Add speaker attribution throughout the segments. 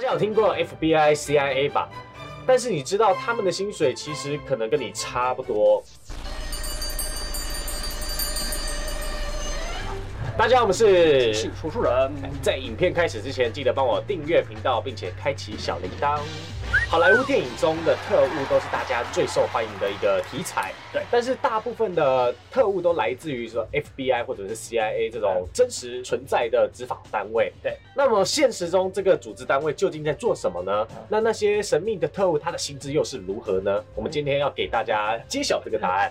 Speaker 1: 家有听过 FBI、CIA 吧？但是你知道他们的薪水其实可能跟你差不多。大家好，我们是
Speaker 2: 是说书人，
Speaker 1: 在影片开始之前，记得帮我订阅频道，并且开启小铃铛。好莱坞电影中的特务都是大家最受欢迎的一个题材，
Speaker 2: 对
Speaker 1: 但是大部分的特务都来自于说 FBI 或者是 CIA 这种真实存在的执法单位，
Speaker 2: 对。
Speaker 1: 那么现实中这个组织单位究竟在做什么呢？
Speaker 2: 嗯
Speaker 1: 那那些神秘的特务，他的薪资又是如何呢？我们今天要给大家揭晓这个答案。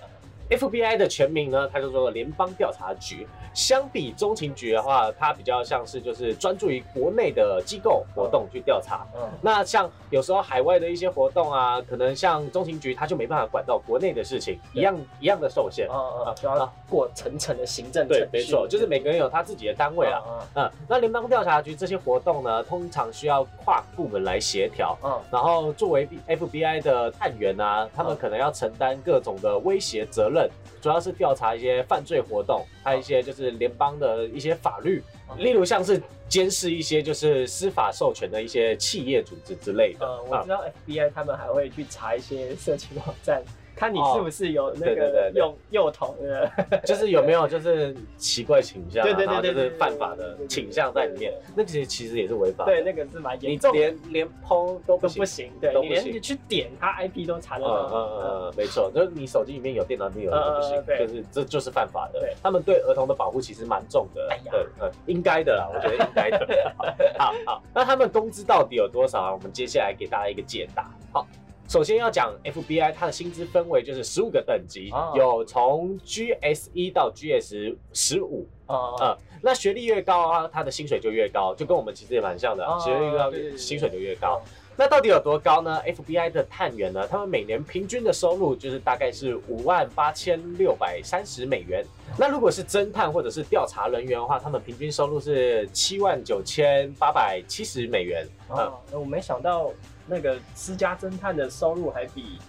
Speaker 1: FBI 的全名呢，它叫做联邦调查局。相比中情局的话，它比较像是就是专注于国内的机构活动去调查。
Speaker 2: 嗯，
Speaker 1: 那像有时候海外的一些活动啊，可能像中情局，它就没办法管到国内的事情，一
Speaker 2: 对
Speaker 1: 样一样的受限。
Speaker 2: 啊啊，就要过层层的行政程
Speaker 1: 对没
Speaker 2: 序，
Speaker 1: 错，就是每个人有他自己的单位啊。
Speaker 2: 啊
Speaker 1: 嗯，那联邦调查局这些活动呢，通常需要跨部门来协调。
Speaker 2: 啊啊
Speaker 1: 然后作为 B- FBI 的探员啊，他们
Speaker 2: 嗯
Speaker 1: 可能要承担各种的威胁责任，主要是调查一些犯罪活动，还有一些就是联邦的一些法律，
Speaker 2: 嗯
Speaker 1: 例如像是监视一些就是司法授权的一些企业组织之类的。
Speaker 2: 呃，我知道 FBI 他们还会去查一些 色情网站，看你是不是有那
Speaker 1: 哦对对对
Speaker 2: 个
Speaker 1: 对啊
Speaker 2: 幼幼童的，
Speaker 1: 就是有没有就是奇怪倾向、啊，
Speaker 2: 对对对
Speaker 1: 然后就
Speaker 2: 对
Speaker 1: 是
Speaker 2: 对对
Speaker 1: 犯法的
Speaker 2: 对对对
Speaker 1: 倾向在里面
Speaker 2: 对对，
Speaker 1: 那其实其实也是违法
Speaker 2: 对，
Speaker 1: 的。
Speaker 2: 那个是蛮
Speaker 1: 你
Speaker 2: 严重的，
Speaker 1: 连连碰都不
Speaker 2: 都
Speaker 1: 行
Speaker 2: 不。行，对
Speaker 1: 都
Speaker 2: 你
Speaker 1: 不行
Speaker 2: 连去点他 IP 都查
Speaker 1: 嗯
Speaker 2: 得
Speaker 1: 嗯
Speaker 2: 到，哦
Speaker 1: 嗯，没错，就是你手机里面有电脑里面有那个不行，
Speaker 2: 嗯嗯嗯对
Speaker 1: 就是这就是犯法的
Speaker 2: 对。
Speaker 1: 他们对儿童的保护其实蛮重的
Speaker 2: 哎，呀
Speaker 1: 对，嗯，应该的啦，我觉得应该的。好好，那他们工资到底有多少啊？我们接下来给大家一个解答。好。首先要讲 FBI，它的薪资分为就是十五个等级，
Speaker 2: 哦
Speaker 1: 有从 GS 一到 GS 十五，
Speaker 2: 哦
Speaker 1: 嗯，那学历越高啊，他的薪水就越高，就跟我们其实也蛮像的啊，
Speaker 2: 哦
Speaker 1: 学历越高
Speaker 2: 对对，对
Speaker 1: 薪水就越高
Speaker 2: 哦。
Speaker 1: 那到底有多高呢？FBI 的探员呢，他们每年平均的收入就是大概是五万八千六百三十美元。那如果是侦探或者是调查人员的话，他们平均收入是七万九千八百七十美元。
Speaker 2: 哦，我没想到那个私家侦探的收入还比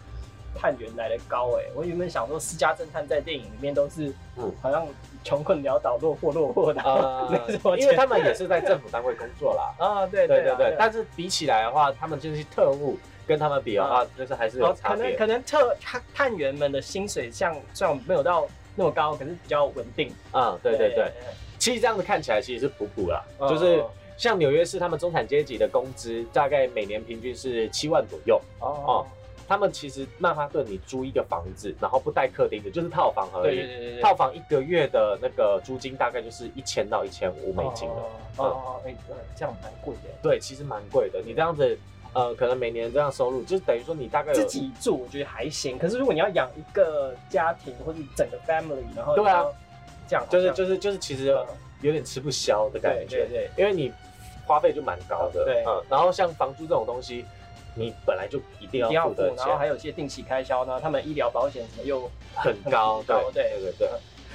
Speaker 2: 探员来的高哎、我原本想说私家侦探在电影里面都是，
Speaker 1: 嗯
Speaker 2: 好像穷困潦倒、落魄落魄 的，
Speaker 1: 呃
Speaker 2: 没什么，钱
Speaker 1: 因为他们也是在政府单位工作啦。
Speaker 2: 啊，对
Speaker 1: 对
Speaker 2: 对
Speaker 1: 对
Speaker 2: 啊
Speaker 1: 对，
Speaker 2: 啊
Speaker 1: 但是比起来的话，他们就是特务，跟他们比的话，就是还是有
Speaker 2: 哦，
Speaker 1: 差
Speaker 2: 可能
Speaker 1: 别。
Speaker 2: 可能特探探员们的薪水像虽然没有到那么高，可是比较稳定。
Speaker 1: 嗯，对对对。其实这样子看起来其实是普普啦，
Speaker 2: 嗯
Speaker 1: 就是像纽约市他们中产阶级的工资大概每年平均是七万左右，
Speaker 2: 哦，
Speaker 1: 他们其实曼哈顿你租一个房子，然后不带客厅的，就是套房而
Speaker 2: 对
Speaker 1: 已。
Speaker 2: 对对对对，
Speaker 1: 套房一个月的那个租金大概就是一千到一千五美金了，
Speaker 2: 哦哦，哎，对这样蛮贵的。
Speaker 1: 对，其实蛮贵的。你这样子，呃，可能每年这样收入，就是等于说你大概有
Speaker 2: 自己住我觉得还行，可是如果你要养一个家庭或者整个 family，然后
Speaker 1: 对啊
Speaker 2: 你要这样
Speaker 1: 就是
Speaker 2: 好
Speaker 1: 就
Speaker 2: 像
Speaker 1: 是就是其实
Speaker 2: 嗯
Speaker 1: 有点吃不消的感觉，
Speaker 2: 对对
Speaker 1: 因为你花费就蛮高的，
Speaker 2: 对
Speaker 1: 嗯，然后像房租这种东西，你本来就一定
Speaker 2: 一定
Speaker 1: 要
Speaker 2: 要
Speaker 1: 付
Speaker 2: 付
Speaker 1: 的，
Speaker 2: 然后
Speaker 1: 钱
Speaker 2: 还有一些定期开销呢，他们医疗保险什么又
Speaker 1: 很高，
Speaker 2: 很
Speaker 1: 对
Speaker 2: 高
Speaker 1: 对对对。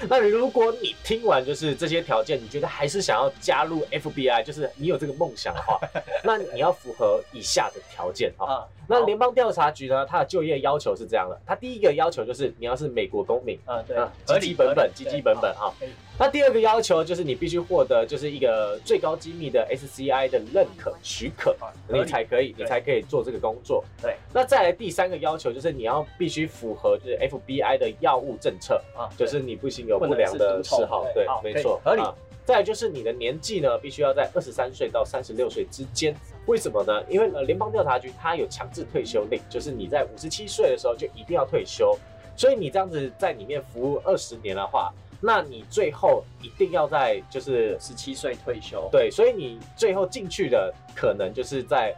Speaker 1: 那如果你听完就是这些条件，你觉得还是想要加入 FBI，就是你有这个梦想的 话，那你要符合以下的条件啊。
Speaker 2: 啊，
Speaker 1: 那联邦调查局呢，它的就业要求是这样的，它第一个要求就是你要是美国公民，
Speaker 2: 啊对
Speaker 1: 嗯，，
Speaker 2: 合
Speaker 1: 基
Speaker 2: 理
Speaker 1: 基本
Speaker 2: 合
Speaker 1: 本，
Speaker 2: 理
Speaker 1: 基
Speaker 2: 对
Speaker 1: 基本本啊
Speaker 2: 可以。
Speaker 1: 那第二个要求就是你必须获得就是一个最高机密的 SCI 的认可许可，
Speaker 2: 啊合
Speaker 1: 你
Speaker 2: 理
Speaker 1: 才可以，你
Speaker 2: 对
Speaker 1: 才可以做这个工作。
Speaker 2: 对。
Speaker 1: 那再来第三个要求就是你要必须符合就是 FBI 的药物政策，
Speaker 2: 啊，
Speaker 1: 就
Speaker 2: 对
Speaker 1: 是你不行有
Speaker 2: 不
Speaker 1: 不
Speaker 2: 能
Speaker 1: 良
Speaker 2: 是
Speaker 1: 的
Speaker 2: 毒
Speaker 1: 嗜
Speaker 2: 虫
Speaker 1: 好，
Speaker 2: 对
Speaker 1: 对
Speaker 2: 好，
Speaker 1: 没
Speaker 2: 可以
Speaker 1: 错，
Speaker 2: 合理
Speaker 1: 啊再来就是你的年纪呢，必须要在二十三岁到三十六岁之间。为什么呢？因为呃，联邦调查局它有强制退休令，就是你在五十七岁的时候就一定要退休。所以你这样子在里面服务二十年的话，那你最后一定要在就是
Speaker 2: 十七岁退休，
Speaker 1: 对，所以你最后进去的可能就是在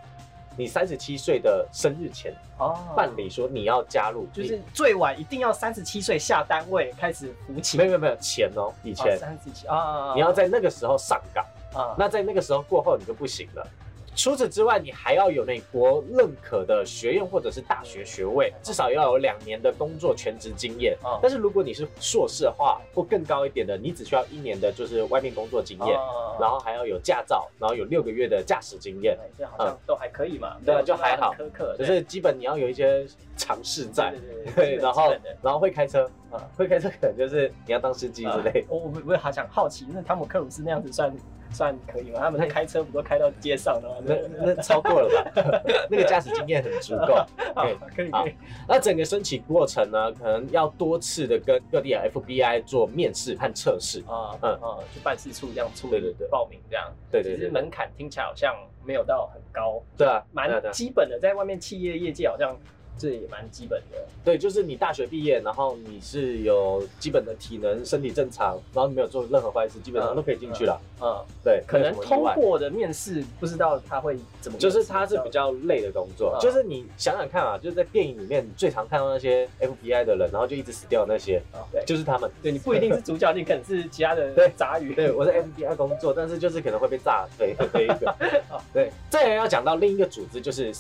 Speaker 1: 你三十七岁的生日前，
Speaker 2: 哦
Speaker 1: 办理说你要加入，
Speaker 2: 就
Speaker 1: 你
Speaker 2: 是最晚一定要三十七岁下单位开始服勤，
Speaker 1: 没有没有没有钱哦，以前、
Speaker 2: 三十七啊，
Speaker 1: 你要在那个时候上岗。
Speaker 2: 啊
Speaker 1: 那在那个时候过后你就不行了。除此之外，你还要有美国认可的学院或者是大学学位，至少要有两年的工作全职经验。
Speaker 2: 哦
Speaker 1: 但是如果你是硕士的话，或更高一点的，你只需要一年的就是外面工作经验，
Speaker 2: 啊
Speaker 1: 然后还要有驾照，然后有六个月的驾驶经验，
Speaker 2: 对哎这好像都还可以嘛，
Speaker 1: 啊对啊
Speaker 2: 没有
Speaker 1: 就还好
Speaker 2: 很苛刻，
Speaker 1: 就
Speaker 2: 对
Speaker 1: 是基本你要有一些尝试在。
Speaker 2: 对对对对，
Speaker 1: 对，
Speaker 2: 基本
Speaker 1: 然后
Speaker 2: 基本的
Speaker 1: 然后会开车，
Speaker 2: 啊
Speaker 1: 会开车可能就是你要当司机之类
Speaker 2: 啊。我我我好想好奇，那汤姆克鲁斯那样子算算可以吗？他们在开车不都开到街上了吗？
Speaker 1: 那那超过了吧？ 那个驾驶经验很足够。
Speaker 2: 好可以可以
Speaker 1: 那整个申请过程呢，可能要多次的跟各地的 FBI 做面试和测试。
Speaker 2: 啊
Speaker 1: 嗯
Speaker 2: 啊，去办事处这样处
Speaker 1: 对对
Speaker 2: 理
Speaker 1: 对
Speaker 2: 报名这样，
Speaker 1: 对
Speaker 2: 其
Speaker 1: 对
Speaker 2: 实
Speaker 1: 对，
Speaker 2: 门槛听起来好像没有到很高，
Speaker 1: 对啊，对啊对
Speaker 2: 蛮
Speaker 1: 啊
Speaker 2: 基本的，在外面企业业界好像这也蛮基本的。
Speaker 1: 对，就是你大学毕业，然后你是有基本的体能、身体正常，然后你没有做任何坏事，基本上都可以进去了。
Speaker 2: 嗯，
Speaker 1: 对，
Speaker 2: 可
Speaker 1: 没
Speaker 2: 能
Speaker 1: 有什么意
Speaker 2: 通
Speaker 1: 外。
Speaker 2: 过的面试不知道他会怎么面试，
Speaker 1: 就是它是比较
Speaker 2: 较
Speaker 1: 累的工作
Speaker 2: 嗯，
Speaker 1: 就是你想想看啊，就是在电影里面最常看到那些 FBI 的人，然后就一直死掉的那些，
Speaker 2: 对，
Speaker 1: 就是他们。
Speaker 2: 对你不一定是主角，你可能是其他的
Speaker 1: 对
Speaker 2: 杂鱼。
Speaker 1: 对，我在 FBI 工作，但是就是可能会被炸飞的那一个
Speaker 2: 哦。
Speaker 1: 对，再来要讲到另一个组织就是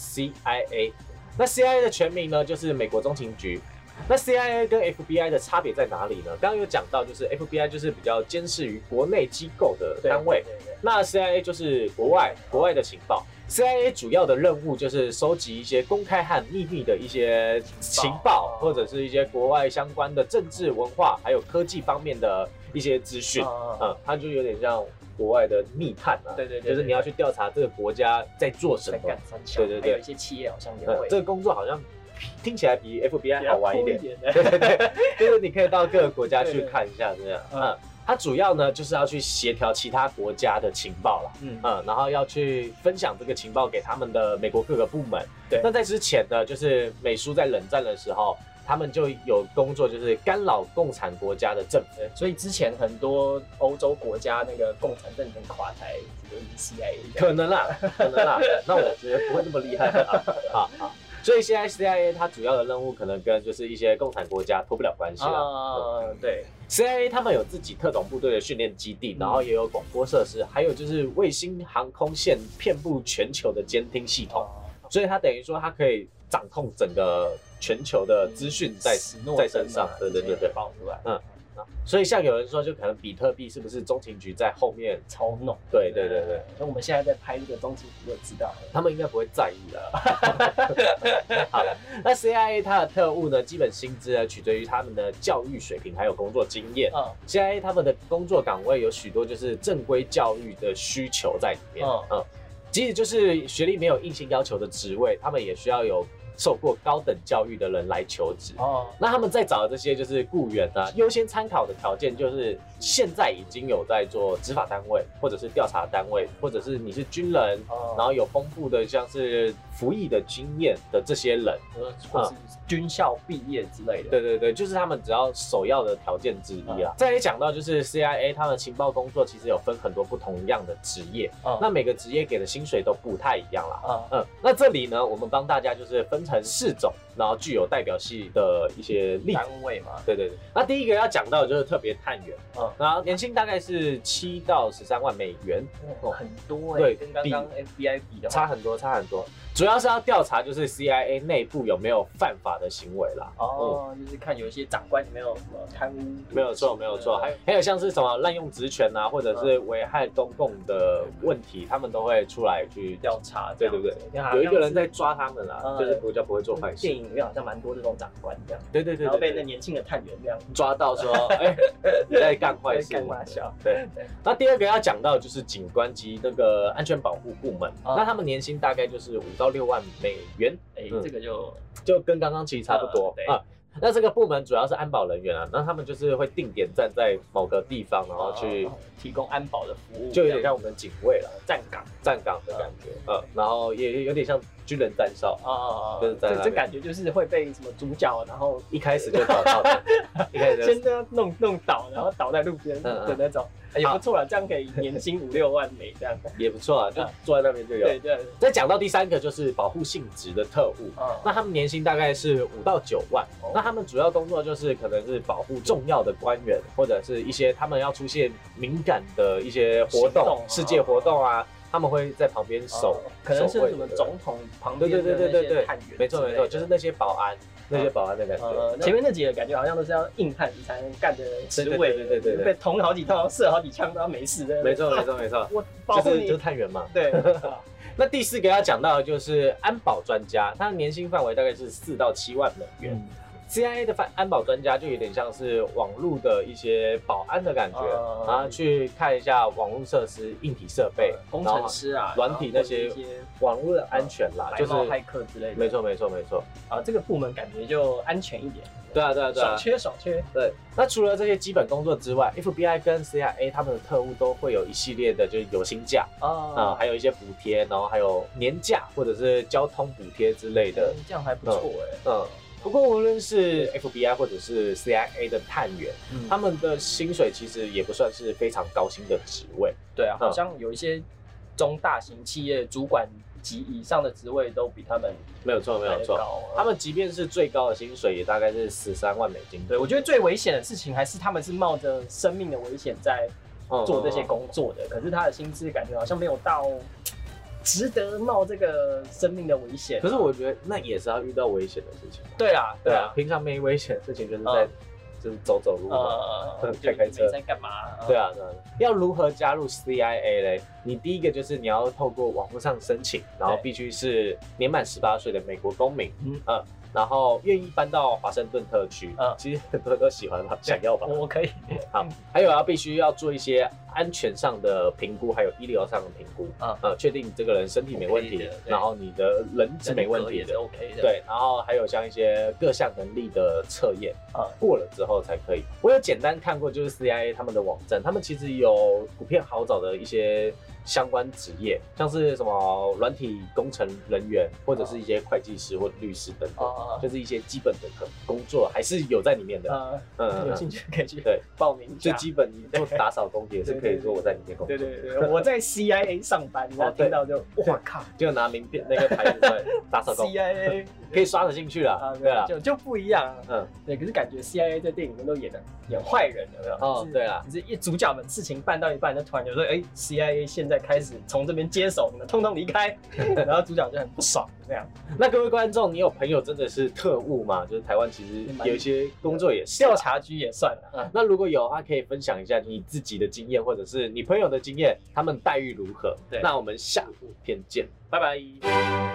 Speaker 1: CIA，那 CIA 的全名呢就是美国中情局。那 CIA 跟 FBI 的差别在哪里呢？刚刚有讲到，就是 FBI 就是比较监视于国内机构的
Speaker 2: 对
Speaker 1: 单位，
Speaker 2: 对对对
Speaker 1: 那 CIA 就是国外国外的情报。CIA 主要的任务就是收集一些公开和秘密的一些情报
Speaker 2: 哦，
Speaker 1: 或者是一些国外相关的政治、文化还有科技方面的一些资讯。
Speaker 2: 啊啊啊
Speaker 1: 嗯，它就有点像国外的密探啊，
Speaker 2: 对对对对
Speaker 1: 就是你要去调查这个国家在做什
Speaker 2: 在
Speaker 1: 么。
Speaker 2: 干三小，
Speaker 1: 对对对
Speaker 2: 还有一些企业好像也
Speaker 1: 嗯
Speaker 2: 会，
Speaker 1: 这个工作好像听起来比 FBI
Speaker 2: 比较
Speaker 1: 好玩一
Speaker 2: 酷
Speaker 1: 点。
Speaker 2: 点
Speaker 1: 对
Speaker 2: 的。
Speaker 1: 对对，就是你可以到各个国家
Speaker 2: 对
Speaker 1: 去
Speaker 2: 对
Speaker 1: 看一下这样。
Speaker 2: 嗯
Speaker 1: 嗯，它主要呢就是要去协调其他国家的情报啦。
Speaker 2: 嗯，
Speaker 1: 嗯，然后要去分享这个情报给他们的美国各个部门。
Speaker 2: 对
Speaker 1: 那在之前呢，就是美苏在冷战的时候，他们就有工作，就是干扰共产国家的政府。
Speaker 2: 所以之前很多欧洲国家那个共产政权垮台，E 就是 CIA 的。
Speaker 1: 可能啦，可能啦，那我觉得不会那么厉害啊啊啊！所以现在 CIA 它主要的任务可能跟就是一些共产国家脱不了关系了。
Speaker 2: 啊，对，
Speaker 1: CIA 他们有自己特种部队的训练基地
Speaker 2: 嗯，
Speaker 1: 然后也有广播设施，还有就是卫星航空线遍布全球的监听系统，
Speaker 2: 哦，
Speaker 1: 所以它等于说它可以掌控整个全球
Speaker 2: 呃
Speaker 1: 的资讯在
Speaker 2: 嗯史诺
Speaker 1: 在
Speaker 2: 登啊
Speaker 1: 身上
Speaker 2: 嘛。
Speaker 1: 对对对
Speaker 2: 之前
Speaker 1: 对
Speaker 2: 有。爆出来，
Speaker 1: 所以像有人说，就可能比特币是不是中情局在后面？
Speaker 2: 超弄。
Speaker 1: 对对对对，，
Speaker 2: 那我们现在在拍这个东西，我知道了。
Speaker 1: 他们应该不会在意 的。好，那 CIA 它的特务呢，基本薪资呢取决于他们的教育水平还有工作经验。
Speaker 2: 嗯
Speaker 1: CIA 他们的工作岗位有许多就是正规教育的需求在里面。
Speaker 2: 嗯
Speaker 1: 嗯即使就是学历没有硬性要求的职位，他们也需要有受过高等教育的人来求职。
Speaker 2: 哦，
Speaker 1: 那他们在找的这些就是雇员呢、优先参考的条件就是现在已经有在做执法单位，或者是调查单位，或者是你是军人，
Speaker 2: 哦
Speaker 1: 然后有丰富的像是服役的经验的这些人，
Speaker 2: 或是军校毕业之类的。
Speaker 1: 对对对，就是他们只要首要的条件之一啊啦。嗯再来讲到就是 CIA 他们情报工作其实有分很多不同样的职业，
Speaker 2: 嗯，
Speaker 1: 那每个职业给的薪水都不太一样啦。
Speaker 2: 啊，
Speaker 1: 嗯，那这里呢，我们帮大家就是分成四种，然后具有代表性的一些例子。
Speaker 2: 单位嘛，
Speaker 1: 对对对，那第一个要讲到的就是特别探员，
Speaker 2: 嗯
Speaker 1: 嗯，然后年薪大概是七到十三万美元，
Speaker 2: 哦很多哎，
Speaker 1: 对
Speaker 2: 跟刚刚 FBI 比的话
Speaker 1: 差很多，差很多。主要是要调查就是 CIA 内部有没有犯法的行为啦。
Speaker 2: 哦，就是看有一些长官有没有什么贪污，
Speaker 1: 没有错，没有错，还
Speaker 2: 啊
Speaker 1: 有还有像是什么滥用职权啊，或者是危害公共的问题，他们都会出来去
Speaker 2: 调查，
Speaker 1: 对对对？有一个人在抓他们啦
Speaker 2: 嗯，
Speaker 1: 就是比较不会做
Speaker 2: 好像
Speaker 1: 坏
Speaker 2: 是啊电
Speaker 1: 事。
Speaker 2: 影里面好像蛮多这种长官这样，
Speaker 1: 对对对
Speaker 2: 然后
Speaker 1: 对
Speaker 2: 被那
Speaker 1: 对，
Speaker 2: 年轻的探员这样
Speaker 1: 抓到 说，哎，你在干坏事
Speaker 2: 在，干嘛笑？
Speaker 1: 对，那第二个要讲到就是警官及那个安全保护部门，
Speaker 2: 嗯
Speaker 1: 那他们年薪大概就是五到六万美元，
Speaker 2: 哎，
Speaker 1: 嗯
Speaker 2: 这个就
Speaker 1: 就跟刚刚其实差不多
Speaker 2: 嗯对
Speaker 1: 啊、那这个部门主要是安保人员啊，那他们就是会定点站在某个地方，然后去
Speaker 2: 哦提供安保的服务，
Speaker 1: 就有点像我们警卫了，
Speaker 2: 站岗
Speaker 1: 站岗的感觉，嗯，然后也有点像军人站哨，
Speaker 2: 啊，
Speaker 1: 哦就是在那边
Speaker 2: 这这感觉就是会被什么主角，然后
Speaker 1: 一开始就找到的，一开始就
Speaker 2: 真的弄弄倒，然后倒在路边
Speaker 1: 嗯嗯
Speaker 2: 的那种，哎也不错了，这样可以年薪五六万美 这样。
Speaker 1: 也不错啊，就坐在那边就有。
Speaker 2: 对对，
Speaker 1: 再讲到第三个就是保护性质的特务，
Speaker 2: 啊
Speaker 1: 那他们年薪大概是五到九万
Speaker 2: 哦，
Speaker 1: 那他们主要工作就是可能是保护重要的官员，或者是一些他们要出现敏感的一些活
Speaker 2: 行
Speaker 1: 动
Speaker 2: 动、
Speaker 1: 世界活动啊，他们会在旁边守
Speaker 2: 哦，可能是
Speaker 1: 守卫
Speaker 2: 什么
Speaker 1: 的
Speaker 2: 总统旁
Speaker 1: 对
Speaker 2: 边
Speaker 1: 对
Speaker 2: 的
Speaker 1: 对对
Speaker 2: 那
Speaker 1: 对
Speaker 2: 些
Speaker 1: 对
Speaker 2: 探员之类的，
Speaker 1: 没错没错，就是那些保安，那些保安的感
Speaker 2: 呃
Speaker 1: 觉，，
Speaker 2: 前面那几个感觉好像都是要硬汉才能干的职
Speaker 1: 对
Speaker 2: 位，
Speaker 1: 对对对对对
Speaker 2: 被捅好几刀，射好几枪，然后没事的。
Speaker 1: 没错没错没错，
Speaker 2: 我保
Speaker 1: 就
Speaker 2: 护
Speaker 1: 是
Speaker 2: 你
Speaker 1: 就是。探员嘛。
Speaker 2: 对，啊
Speaker 1: 那第
Speaker 2: 嗯
Speaker 1: 四个要讲到的就是安保专家，他的年薪范围大概是四到七万美元。 CIA 的反安保专家就有点像是网络的一些保安的感觉
Speaker 2: 嗯
Speaker 1: 啊，去看一下网络设施、硬体设备、
Speaker 2: 工程师啊，
Speaker 1: 软体那些
Speaker 2: 然后或者一些
Speaker 1: 网络的安全啦，
Speaker 2: 白
Speaker 1: 就是
Speaker 2: 帽骇客之类的，
Speaker 1: 没错没错没错，
Speaker 2: 啊，这个部门感觉就安全一点，
Speaker 1: 对啊对啊对
Speaker 2: 爽
Speaker 1: 啊，
Speaker 2: 缺爽缺，
Speaker 1: 对。那除了这些基本工作之外，FBI 跟 CIA 他们的特务都会有一系列的就是有薪假啊，
Speaker 2: 啊，
Speaker 1: 还有一些补贴，然后还有年假或者是交通补贴之类的
Speaker 2: 嗯，这样还不错哎，
Speaker 1: 嗯。不过，无论是 FBI 或者是 CIA 的探员，
Speaker 2: 嗯
Speaker 1: 他们的薪水其实也不算是非常高薪的职位。
Speaker 2: 对啊，
Speaker 1: 嗯
Speaker 2: 好像有一些中大型企业主管及以上的职位都比他们
Speaker 1: 没有错，没
Speaker 2: 来
Speaker 1: 有
Speaker 2: 得
Speaker 1: 错。
Speaker 2: 高。啊
Speaker 1: 他们即便是最高的薪水，也大概是十三万美金。
Speaker 2: 对我觉得最危险的事情还是他们是冒着生命的危险在
Speaker 1: 嗯
Speaker 2: 做这些工作的，可是他的薪资感觉好像没有到值得冒这个生命的危险。
Speaker 1: 可是我觉得那也是要遇到危险的事情。
Speaker 2: 对啦，对啊，
Speaker 1: 平常没危险的事情就是在
Speaker 2: 嗯
Speaker 1: 就是走走路嘛。
Speaker 2: 呃，就
Speaker 1: 开啊开车
Speaker 2: 没在干嘛？
Speaker 1: 对啊，对啊。要如何加入 CIA 嘞？你第一个就是你要透过网络上申请，然后
Speaker 2: 对
Speaker 1: 必须是年满十八岁的美国公民，嗯
Speaker 2: 嗯
Speaker 1: 然后愿意搬到华盛顿特区，
Speaker 2: 嗯
Speaker 1: 其实很多人都喜欢吧，想要吧
Speaker 2: 呃我，我可以，
Speaker 1: 好，还有要必须要做一些安全上的评估，还有医疗上的评估，
Speaker 2: 嗯
Speaker 1: 呃，确定你这个人身体没问
Speaker 2: OK
Speaker 1: 题
Speaker 2: 的，对
Speaker 1: 然后你的人是没问题
Speaker 2: 也是
Speaker 1: 的，
Speaker 2: OK 的。，
Speaker 1: 对，然后还有像一些各项能力的测验，
Speaker 2: 嗯
Speaker 1: 过了之后才可以。我有简单看过，就是 CIA 他们的网站，他们其实有普遍好找的一些相关职业，像是什么软体工程人员，或者是一些会计师或律师等等，
Speaker 2: 哦，
Speaker 1: 就是一些基本的工作还是有在里面的。
Speaker 2: 呃，
Speaker 1: 嗯嗯，
Speaker 2: 有
Speaker 1: 嗯
Speaker 2: 兴趣可以去
Speaker 1: 对
Speaker 2: 报名一
Speaker 1: 最
Speaker 2: 下。
Speaker 1: 基本你做打扫工也是可以做我在里面工作
Speaker 2: 对，对对，我在 CIA 上班，然
Speaker 1: 哦
Speaker 2: 后听到就哇靠
Speaker 1: 就拿名片那个牌子出来打扫 工，
Speaker 2: ，CIA
Speaker 1: 可以刷得进去啦
Speaker 2: 啊，。
Speaker 1: 对啦，
Speaker 2: 就就不一样啊。
Speaker 1: 嗯，
Speaker 2: 对，可是感觉 CIA 在电影里面都演的演坏人，有没有？
Speaker 1: 哦
Speaker 2: 就是
Speaker 1: 对啦
Speaker 2: 只是一主角们事情办到一半，就突然就说，哎，CIA 现在开始从这边接手，你们通通离开。 然后主角就很不爽，这样。
Speaker 1: 那各位观众，你有朋友真的是特务吗？就是台湾其实有一些工作也是啊
Speaker 2: 调。查局也算了，嗯
Speaker 1: 那如果有的话，可以分享一下你自己的经验，或者是你朋友的经验，他们待遇如何？
Speaker 2: 对
Speaker 1: 那我们下部片见，拜拜。